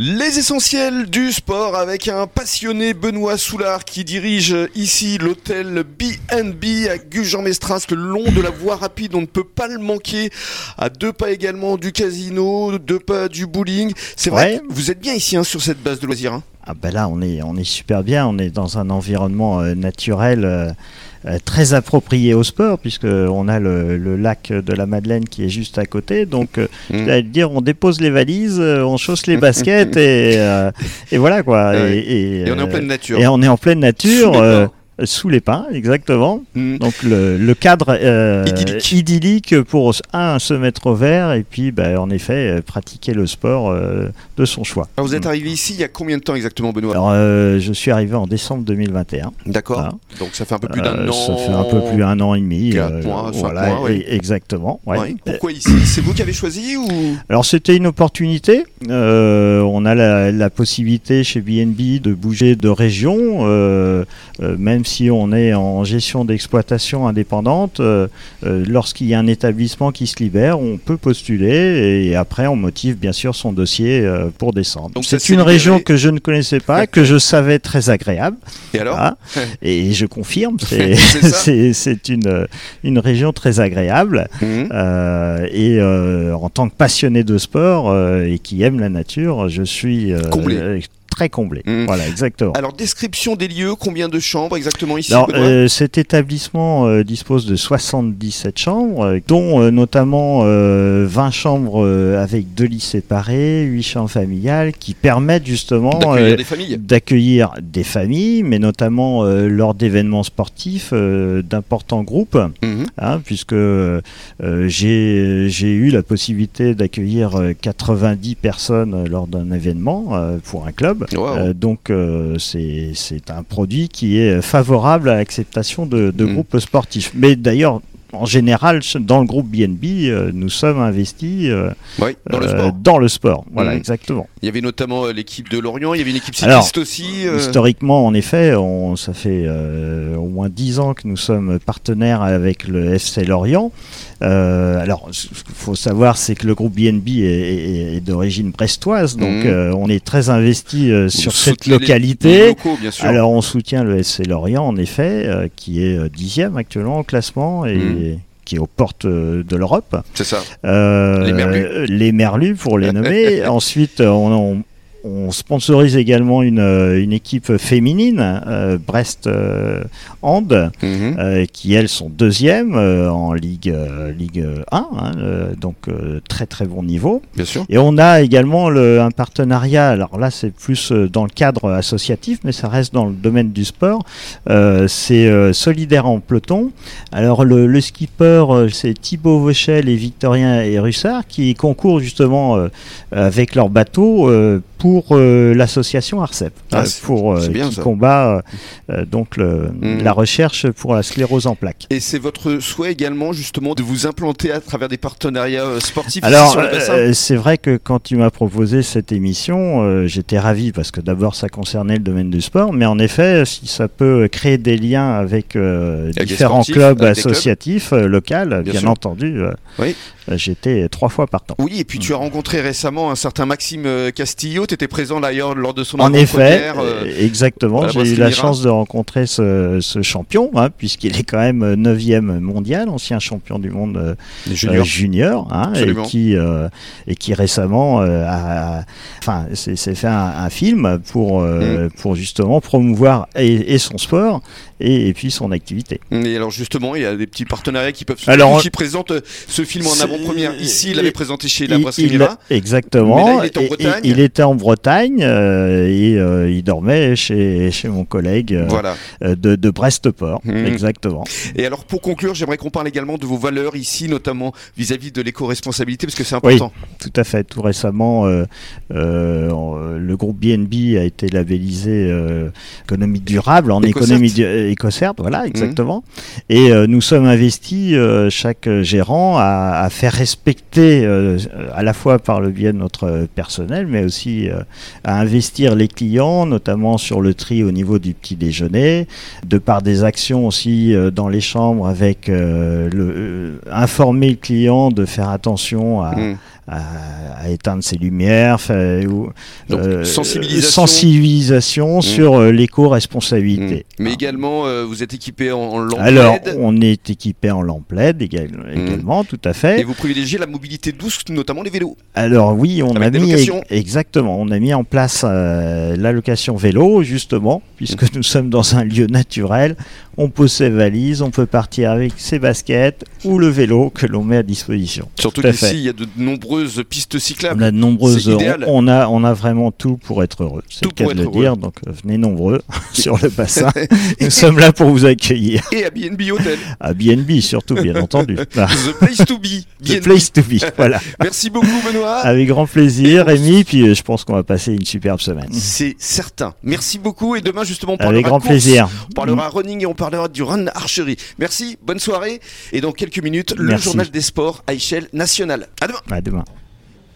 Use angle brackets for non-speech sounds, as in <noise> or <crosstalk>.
Les essentiels du sport avec un passionné Benoît Soulard qui dirige ici l'hôtel B&B à Gujan-Mestras le long de la voie rapide. On ne peut pas le manquer à deux pas également du casino, deux pas du bowling. C'est vrai Ouais. que vous êtes bien ici hein, sur cette base de loisirs. hein. Ah ben là, on est, on est super bien, on est dans un environnement euh, naturel euh, euh, très approprié au sport, puisqu'on a le, le lac de la Madeleine qui est juste à côté. Donc, euh, Mm. j'allais te dire, on dépose les valises, euh, on chausse les baskets, et, euh, et voilà quoi. <laughs> Ouais. et, Et on est en euh, pleine nature. et on est en pleine nature. Sous les euh, Sous les pins, exactement. Mm. Donc le, le cadre euh, Idyllique. idyllique pour un se mettre au vert et puis bah, en effet euh, pratiquer le sport euh, de son choix. Alors, Ah, vous êtes arrivé ici il y a combien de temps exactement Benoît Alors, euh, je suis arrivé en décembre 2021. D'accord. Voilà. Donc ça fait un peu plus d'un Euh, an. Ça fait un peu plus d'un an et demi. euh, Quatre mois, cinq voilà, mois, ouais. et- exactement. ouais. Ouais. Pourquoi ici C'est vous qui avez choisi ou Alors, c'était une opportunité. Euh, on a la, la possibilité chez BNB de bouger de région, euh, euh, même si on est en gestion d'exploitation indépendante. euh, euh, Lorsqu'il y a un établissement qui se libère, on peut postuler et après, on motive bien sûr son dossier euh, pour descendre. Donc, ça C'est s'est une libéré. région que je ne connaissais pas, que je savais très agréable. Et alors Ah, <laughs> et je confirme, c'est C'est ça. <laughs> c'est- c'est une, une région très agréable. Mhm. Euh, et euh, en tant que passionné de sport euh, et qui aime la nature, je suis euh, Comblé. euh, très comblé. Mm. Voilà, exactement. Alors description des lieux, combien de chambres exactement ici Alors, Benoît euh, cet établissement euh, dispose de 77 chambres, euh, dont euh, notamment euh, 20 chambres euh, avec deux lits séparés, 8 chambres familiales, qui permettent justement D'accueillir euh, des familles. d'accueillir des familles, mais notamment euh, lors d'événements sportifs euh, d'importants groupes, Mhm. hein, puisque euh, j'ai j'ai eu la possibilité d'accueillir euh, 90 personnes euh, lors d'un événement euh, pour un club. Oh, Wow. Euh, donc euh, c'est c'est un produit qui est euh, favorable à l'acceptation de, de Mhm. groupes sportifs. Mais d'ailleurs, en général, dans le groupe BNB, euh, nous sommes investis euh, Ouais, dans le euh, sport. dans le sport. Voilà, Mhm. exactement. Il y avait notamment euh, l'équipe de Lorient, il y avait une équipe cycliste Alors, aussi. euh, Historiquement, en effet, on, ça fait euh, au moins dix ans que nous sommes partenaires avec le FC Lorient. Euh, alors, ce qu'il faut savoir, c'est que le groupe BNB est, est- est d'origine brestoise, donc Mhm. euh, on est très investi euh, vous sur cette soutenez les- les localité. locaux, bien sûr. Alors, on soutient le FC Lorient, en effet, euh, qui est euh, dixième actuellement au classement et Mhm. qui est aux portes euh, de l'Europe. C'est ça. Euh, Les Merlus. euh, les Merlus, pour les <laughs> nommer. Ensuite, euh, on, on- on sponsorise également une, euh, une équipe féminine, euh, Brest euh, Hand, Mhm. euh, qui elles sont deuxièmes euh, en Ligue, euh, Ligue 1, hein, euh, donc euh, très très bon niveau. Bien sûr. Et on a également le, un partenariat, alors là c'est plus euh, dans le cadre associatif, mais ça reste dans le domaine du sport, Euh, c'est euh, Solidaire en peloton. Alors le, le skipper, euh, c'est Thibaut Vauchel et Victorien et Russard qui concourent justement euh, avec leur bateau euh, pour euh, l'association ARCEP, Ah, euh, c'est- pour euh, c'est bien, qui ça. combat euh, euh, donc le- Mhm. la recherche pour la sclérose en plaques. Et c'est votre souhait également justement de vous implanter à travers des partenariats euh, sportifs ici Alors, sur le bassin euh, c'est vrai que quand tu m'as proposé cette émission, euh, j'étais ravi parce que d'abord ça concernait le domaine du sport, mais en effet, si ça peut créer des liens avec, euh, des différents sportifs, clubs avec des clubs. associatifs euh, locaux, bien, sûr. entendu, euh, Oui. euh, j'étais trois fois partant. Oui, et puis tu as rencontré récemment un certain Maxime euh, Castillo, tu étais présent d'ailleurs lors de son En effet, avant-première, euh, euh, exactement, à la j'ai eu brasserie la Mira. chance de rencontrer ce, ce champion, hein, puisqu'il est quand même 9e mondial, ancien champion du monde euh, les juniors. euh, junior, hein, et Absolument. qui euh, et qui récemment euh, a, enfin s'est s'est fait un, un film pour euh, Mm. pour justement promouvoir et, et son sport et, et puis son activité. Et alors justement, il y a des petits partenariats qui peuvent se Alors, faire, on- qui présentent euh, ce film en C'est- avant-première ici, il il- l'avait présenté chez la Il- brasserie il- Mira. exactement. Mais là, il était en Et- et- Bretagne. il était en Bretagne, euh, et euh, il dormait chez chez mon collègue euh, Voilà. euh, de, de Brest-Port. Mm. Exactement. Et alors pour conclure, j'aimerais qu'on parle également de vos valeurs ici, notamment vis-à-vis de l'éco-responsabilité, parce que c'est Oui. important. Tout à fait. Tout récemment, euh, euh, en- le groupe BNB a été labellisé euh, économie durable en Écocert. économie du- euh, écocert, voilà, exactement. Et euh, nous sommes investis, euh, chaque gérant, à, à faire respecter, euh, à la fois par le biais de notre personnel, mais aussi euh, à investir les clients, notamment sur le tri au niveau du petit déjeuner, de par des actions aussi euh, dans les chambres avec euh, le, euh, informer le client de faire attention à Mm. à, à éteindre ses lumières, fait, ou, Donc, euh, sensibilisation. sensibilisation sur euh, l'éco-responsabilité. Mm. Mais également, euh, vous êtes équipé en, en lampe Ah. Alors, LED, on est équipé en lampe LED égal- également, tout à fait. Mmh. et vous privilégiez la mobilité douce, notamment les vélos. Alors oui, on Avec a des mis locations. exactement, on a mis en place euh, l'allocation vélo justement, Mmh. puisque nous sommes dans un lieu naturel. On pose ses valises, on peut partir avec ses baskets ou le vélo que l'on met à disposition. Surtout Tout à qu'ici, fait. il y a de nombreuses pistes On <laughs> cyclables. a de nombreuses, c'est idéal. on, on a, on a vraiment tout pour être heureux. C'est Tout le cas pour de le être dire. Donc euh, <laughs> venez nombreux <laughs> sur le bassin. nous sommes là pour vous accueillir Et à BNB Hotel, à BNB surtout, bien entendu. <laughs> Ah, The Place to Be. The B&B. place <laughs> to be. Voilà. Merci beaucoup, Benoît. Avec grand plaisir, Rémi. Puis euh, je pense qu'on va passer une superbe semaine. C'est certain. Merci beaucoup. Et demain, justement, on parlera Avec grand course, plaisir. On parlera running et on parlera du run archery. Merci, bonne soirée. Et dans quelques minutes, le Merci. journal des sports à échelle nationale. À demain. À demain.